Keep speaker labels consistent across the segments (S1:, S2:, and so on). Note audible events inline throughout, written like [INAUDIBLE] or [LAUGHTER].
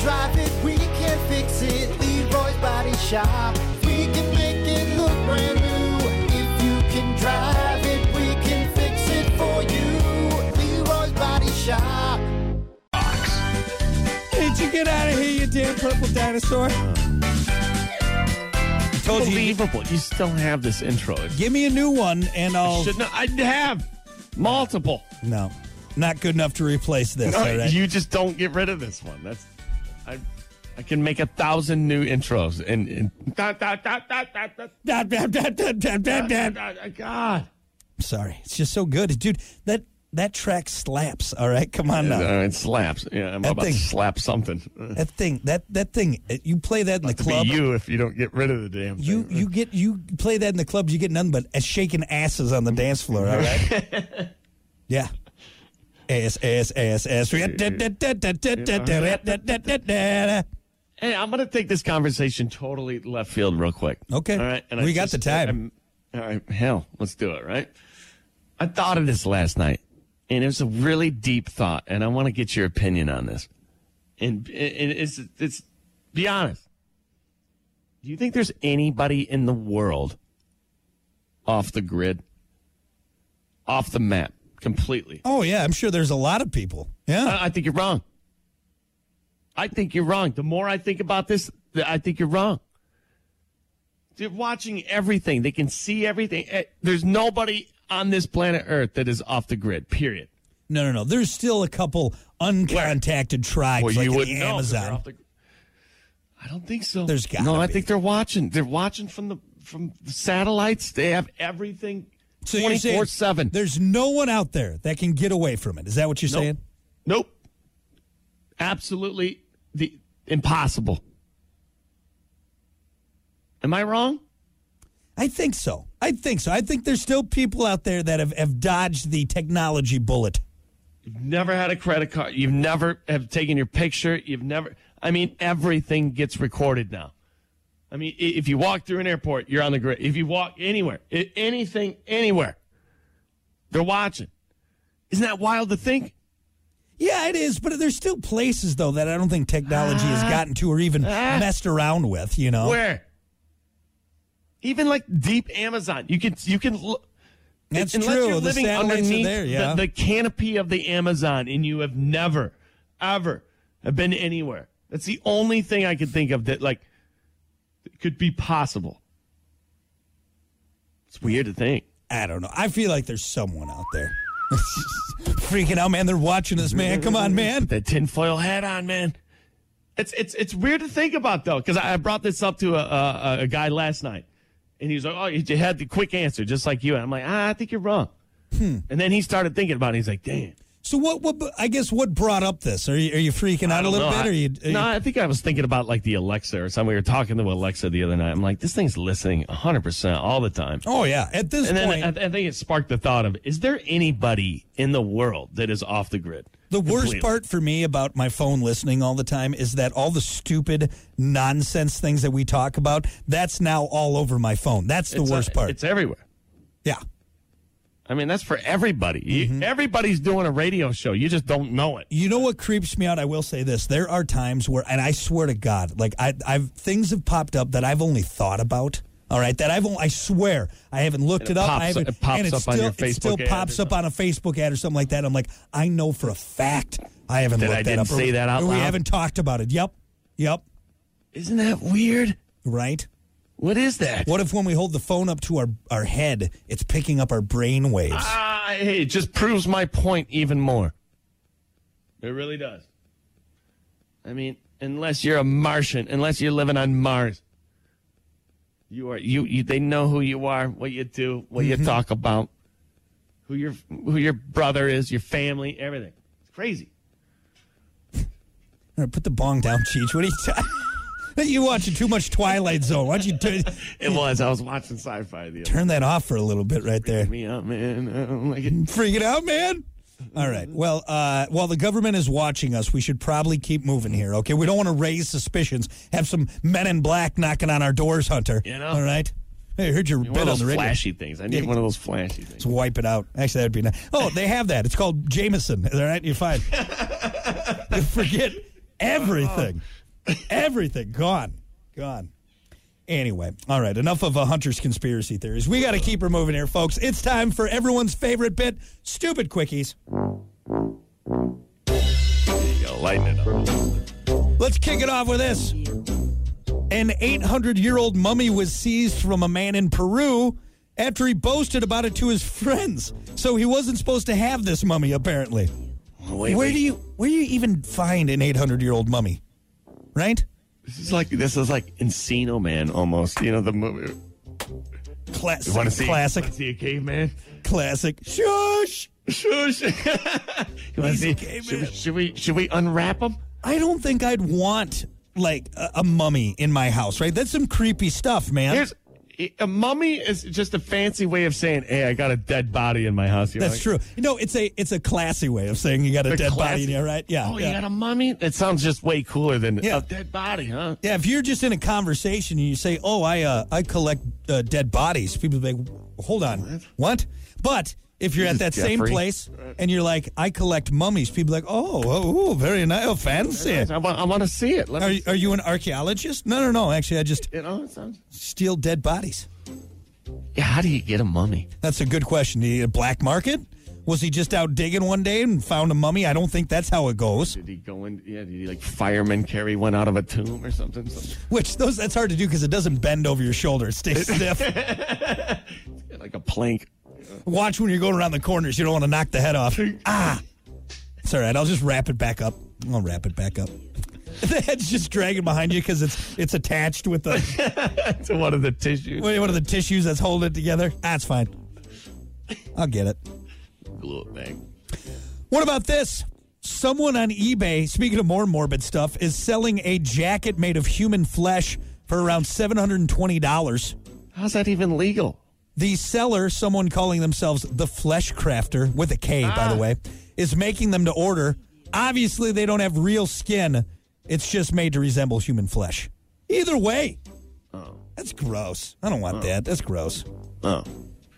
S1: drive it, we can fix it. Leroy's Body Shop. We can make it look brand new. If you can drive it, we can fix it for you. Leroy's Body Shop.
S2: Did you get out of here, you damn purple dinosaur?
S3: Told you,
S4: Unbelievable. You still have this intro. It
S2: Give me a new one and I'll.
S4: should not, I have multiple.
S2: No, not good enough to replace this. all right?
S4: You just don't get rid of this one. That's I. I can make a thousand new intros and, and da, da, da, da, da, da,
S2: Dab, dab, dab, dab, dab, dab,
S4: da,
S2: dab.
S4: da, da, God.
S2: Sorry, it's just so good, dude. That that track slaps. All right, come on now.
S4: Uh, it slaps. Yeah, I'm
S2: That
S4: about
S2: thing-
S4: to slap something.
S2: That thing, that that thing. uh, You play that in the
S4: To be
S2: club.
S4: you if you don't get rid of the damn thing.
S2: You you get you play that in the club, you get nothing but a shaking asses on the dance floor. All right.
S4: [LAUGHS]
S2: yeah. Ass ass ass ass. Okay.
S4: Hey, I'm going to take this conversation totally left field real quick. All right. I
S2: we got
S4: just-
S2: the time.
S4: I'm- all right. Hell, let's do it, right? I thought of this last night, and it was a really deep thought, and I want to get your opinion on this. And, and it's, it's, be honest. Do you think there's anybody in the world off the grid, off the map completely?
S2: Oh yeah, I'm sure there's a lot of people. Yeah.
S4: I, I think you're wrong. I think you're wrong. The more I think about this, th- I think you're wrong. They're watching everything. They can see everything. Eh, There's nobody on this planet Earth that is off the grid. Period.
S2: No, no, no. There's still a couple uncontacted tribes like in the
S4: know 'cause they're
S2: Amazon.
S4: off the gr- I don't think so.
S2: There's gotta
S4: no. I
S2: be.
S4: think they're watching. They're watching from the from the satellites. They have everything.
S2: So you're
S4: Twenty
S2: saying
S4: four seven.
S2: There's no one out there that can get away from it. Is that what you're saying?
S4: Nope. Absolutely the impossible. Am I wrong?
S2: I think so. I think so. I think there's still people out there that have, have dodged the technology bullet.
S4: Never had a credit card. You've never have taken your picture. You've never I mean everything gets recorded now. I mean i- if you walk through an airport, you're on the grid. If you walk anywhere, i- anything anywhere. They're watching. Isn't that wild to think?
S2: Yeah, it is, but there's still places though that I don't think technology has gotten to or even messed around with, you know.
S4: Ah. Where? Even like deep Amazon, you can you can look
S2: That's
S4: Unless
S2: true.
S4: You're
S2: the
S4: living
S2: satellites
S4: underneath
S2: are there, yeah.
S4: the, the canopy of the Amazon, and you have never, ever have been anywhere. That's the only thing I could think of that like could be possible. It's weird to think.
S2: I don't know. I feel like there's someone out there. [LAUGHS] Freaking out, man. They're watching us, man. Come on, man.
S4: That tinfoil hat on, man. It's it's it's weird to think about though, because I I brought this up to a, a a guy last night, and he was like, "Oh, you had the quick answer, just like you." And I'm like, ah, "I think you're wrong."
S2: Hmm.
S4: And then he started thinking about it. He's like, "Damn."
S2: So what what I guess what brought up this? Are you are you freaking out a little
S4: No,
S2: bit?
S4: I,
S2: or you, are you-
S4: no, I think I was thinking about like the Alexa or something. We were talking to Alexa the other night. I'm like, this thing's listening 100% all the time.
S2: Oh yeah. At this
S4: And then uh,
S2: point
S4: I, I think it sparked the thought of, is there anybody in the world that is off the grid?
S2: The
S4: completely?
S2: worst part for me about my phone listening all the time is that all the stupid nonsense things that we talk about, that's now all over my phone. That's the
S4: It's, uh,
S2: worst part.
S4: It's everywhere.
S2: Yeah.
S4: I mean, that's for everybody. You-
S2: Mm-hmm.
S4: everybody's doing a radio show. You just don't know it.
S2: You know what creeps me out? I will say this. There are times where and I swear to God, like I I've things have popped up that I've only thought about. All right, that I've only, I swear I haven't looked it,
S4: And it
S2: up.
S4: pops-
S2: I haven't,
S4: it pops
S2: and it's
S4: up on
S2: still,
S4: your
S2: it still
S4: Facebook ad or
S2: pops up on a Facebook ad or something like that. I'm like, I know for a fact I haven't
S4: That
S2: looked
S4: I
S2: that
S4: didn't
S2: up. or-
S4: say that out
S2: or We
S4: loud?
S2: haven't talked about it. Yep, yep,
S4: Isn't that weird?
S2: right.
S4: What is that?
S2: What if when we hold the phone up to our, our head, it's picking up our brain waves?
S4: Ah, hey, it just proves my point even more. It really does. I mean, unless you're a Martian, unless you're living on Mars, you are you. you they know who you are, what you do, what you talk about, who your who your brother is, your family, everything. It's crazy.
S2: All right, put the bong down, Cheech. What are you ta- [LAUGHS] You watching too much Twilight Zone. Why don't you turn,
S4: It was. I was watching sci-fi the other.
S2: turn that off for a little bit right
S4: [LAUGHS]
S2: there?
S4: Me up, man. I don't like it.
S2: Freaking out, man. All right. Well, uh, while the government is watching us, we should probably keep moving here, okay? We don't want to raise suspicions. Have some men in black knocking on our doors, Hunter.
S4: You know?
S2: All right? Hey, I heard your
S4: One
S2: bit
S4: of
S2: on
S4: those
S2: the radio.
S4: flashy things. I need one of those flashy things.
S2: Just wipe it out. Actually, that'd be nice. Oh, they have that. It's called Jameson. All right, you're fine. You forget. Everything. Everything. Gone. Gone. Anyway, all right, enough of a Hunter's conspiracy theories. We got to keep her moving here, folks. It's time for everyone's favorite bit stupid quickies.
S4: You gotta lighten it up.
S2: Let's kick it off with this. An 800 year old mummy was seized from a man in Peru after he boasted about it to his friends. So he wasn't supposed to have this mummy, apparently.
S4: Wait,
S2: where
S4: wait.
S2: do you where do you even find an 800 year old mummy? Right?
S4: This is like this is like Encino Man almost. You know the movie.
S2: Classic.
S4: You want to see
S2: classic.
S4: wanna see a caveman?
S2: Classic. Shush!
S4: [LAUGHS] Shush. [LAUGHS] you want to
S2: He's a
S4: see?
S2: caveman.
S4: Should we, should we should we unwrap him?
S2: I don't think I'd want like a, a mummy in my house, right? That's some creepy stuff, man.
S4: Here's a mummy is just a fancy way of saying, "Hey, I got a dead body in my house." You're
S2: That's
S4: like,
S2: true. No, it's a it's a classy way of saying you got a
S4: "The
S2: dead body
S4: classic-
S2: in you, right? Yeah.
S4: Oh,
S2: yeah.
S4: you got a mummy? That sounds just way cooler than
S2: Yeah.
S4: a dead body, huh?
S2: Yeah, if you're just in a conversation and you say, "Oh, I uh, I collect uh, dead bodies," people be like, "Hold on, what?" But if you're at that
S4: Jesus,
S2: same
S4: Jeffrey.
S2: place and you're like, "I collect mummies," people be like, "Oh, oh, ooh, very nice, oh, fancy."
S4: I want, I want to see it. Let
S2: Are
S4: me,
S2: you, are you an archaeologist? No, no, no. Actually, I just
S4: you know, it sounds.
S2: steal dead bodies.
S4: Yeah, how do you get a mummy?
S2: That's a good question. The uh, black market? Was he just out digging one day and found a mummy? I don't think that's how it goes.
S4: Did he go in? Yeah, did he like fireman carry one out of a tomb or something? Some-
S2: Which those that's hard to do because it doesn't bend over your shoulder. It stays [LAUGHS] stiff.
S4: like a plank. [LAUGHS]
S2: Watch when you're going around the corners. You don't want to knock the head off. Ah. It's all right. I'll just wrap it back up. I'll wrap it back up. [LAUGHS] The head's just dragging behind you because it's it's attached with the
S4: to one of the tissues.
S2: one of the tissues that's holding it together. That's fine. I'll get it.
S4: Little thing.
S2: What about this? Someone on eBay, speaking of more morbid stuff, is selling a jacket made of human flesh for around $720.
S4: How's that even legal?
S2: The seller, someone calling themselves the Flesh Crafter, with a K, by the way, is making them to order. Obviously, they don't have real skin. It's just made to resemble human flesh. Either way, that's gross. I don't want that. That's gross.
S4: Oh,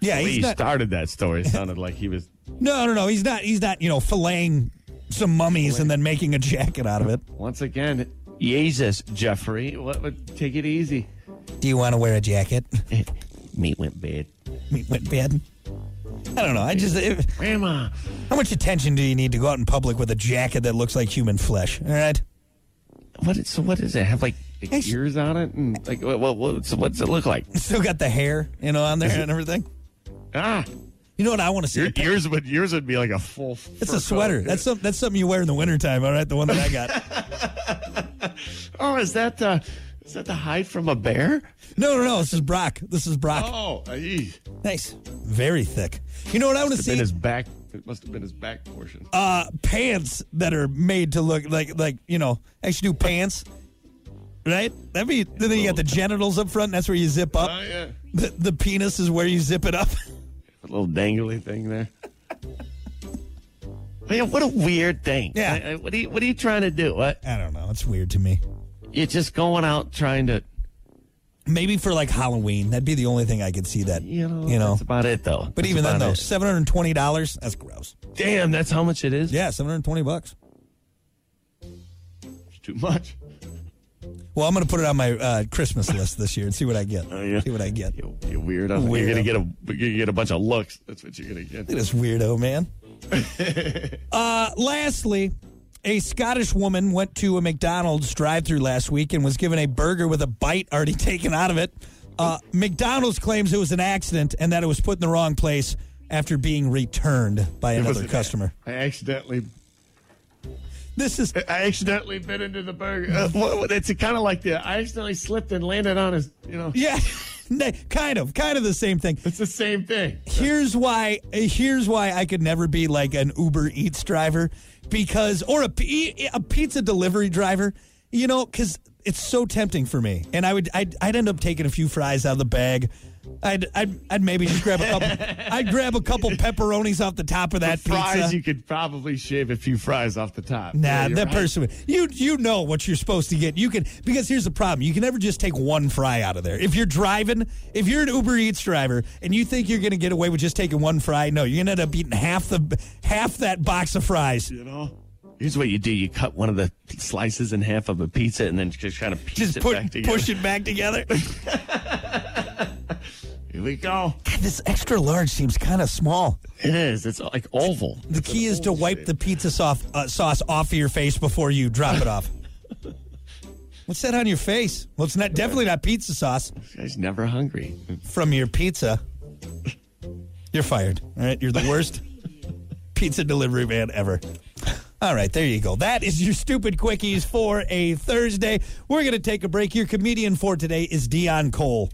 S2: Yeah,
S4: he
S2: he's not.
S4: started that story. It sounded like he was
S2: No, no, no. He's not. He's not. You know, filleting some mummies and then making a jacket out of it.
S4: once again. Jesus, Jeffrey. What? what take it easy.
S2: Do you want to wear a [LAUGHS] jacket?
S4: [LAUGHS] Meat went bad.
S2: meat went bad. I don't know. I just it,
S4: Grandma.
S2: how much attention do you need to go out in public with a jacket that looks like human flesh? All right.
S4: What? Is, so what is it? Have like
S2: It's-
S4: ears on it and like what? what what's, what's it look like?
S2: [LAUGHS] Still got the hair, you know, on there and everything.
S4: Ah,
S2: You know what I want to see?
S4: your ears would yours would be like a full.
S2: It's
S4: fur
S2: a sweater.
S4: coat.
S2: That's some, that's something you wear in the wintertime, all right? The one that I got.
S4: [LAUGHS] Oh, is that uh, is that the hide from a bear?
S2: no, no, no. This is Brock. This is Brock.
S4: Oh, eesh.
S2: Nice. Very thick. You know what I want to
S4: It's been
S2: see?
S4: his back. It must have been his back portion.
S2: uh, pants that are made to look like like you know actually do pants, right? That be then you got the genitals up front. And that's where you zip up.
S4: Oh, yeah.
S2: The, the penis is where you zip it up. [LAUGHS]
S4: A little dangly thing there. Man, what a weird thing.
S2: Yeah.
S4: I- I- what are you What are you trying to do? What?
S2: I don't know. It's weird to me.
S4: You're just going out trying to.
S2: Maybe for like Halloween, that'd be the only thing I could see that
S4: You know. That's about it though.
S2: But
S4: That's
S2: even then,
S4: about
S2: though,
S4: it.
S2: seven hundred twenty dollars. That's gross.
S4: damn, that's how much it is.
S2: Yeah, seven hundred twenty bucks.
S4: It's too much.
S2: Well, I'm gonna put it on my uh, Christmas list this year and see what I get.
S4: Oh, yeah.
S2: See what I get. Look
S4: You, you weirdo.
S2: Weirdo.
S4: You're gonna get a. You're gonna get a bunch of looks. That's what you're gonna get.
S2: at this weirdo
S4: [LAUGHS]
S2: man. uh, lastly, a Scottish woman went to a McDonald's drive-through last week and was given a burger with a bite already [LAUGHS] taken out of it. Uh, McDonald's claims it was an accident and that it was put in the wrong place after being returned by
S4: It was
S2: another
S4: an-
S2: customer.
S4: I accidentally.
S2: This is
S4: I accidentally bit into the burger. Uh, what, what- it's kind of like the. I accidentally slipped and landed on his. You know.
S2: yeah, [LAUGHS] kind of, kind of the same thing.
S4: It's the same thing.
S2: here's why here's why I could never be like an Uber Eats driver because or a p- a pizza delivery driver, you know, cuz it's so tempting for me. And I would I'd, I'd end up taking a few fries out of the bag. I'd, I'd, I'd maybe just grab a couple. I'd grab a couple pepperonis off the top of that
S4: fries
S2: pizza.
S4: you could probably shave a few fries off the top.
S2: Nah,
S4: Yeah, you're
S2: that
S4: right.
S2: person. You you know what you're supposed to get. You can because here's the problem. You can never just take one fry out of there. If you're driving, if you're an Uber Eats driver and you think you're going to get away with just taking one fry, no, you're going to end up eating half the half that box of fries.
S4: You know, Here's what you do: you cut one of the slices in half of a pizza, and then just kind of piece
S2: Just
S4: it
S2: put,
S4: back together.
S2: push it back together.
S4: Here we go.
S2: God, this extra large seems kind of small.
S4: It is. It's like oval.
S2: The key is to wipe the pizza sauce, uh, sauce off of your face before you drop it
S4: [LAUGHS]
S2: off. What's that on your face? Well, it's not definitely not pizza sauce
S4: This guy's never hungry.
S2: from your pizza. You're fired. All right, you're the worst pizza delivery man ever. All right, there you go. That is your stupid quickies for a Thursday. We're going to take a break. Your comedian for today is Dion Cole.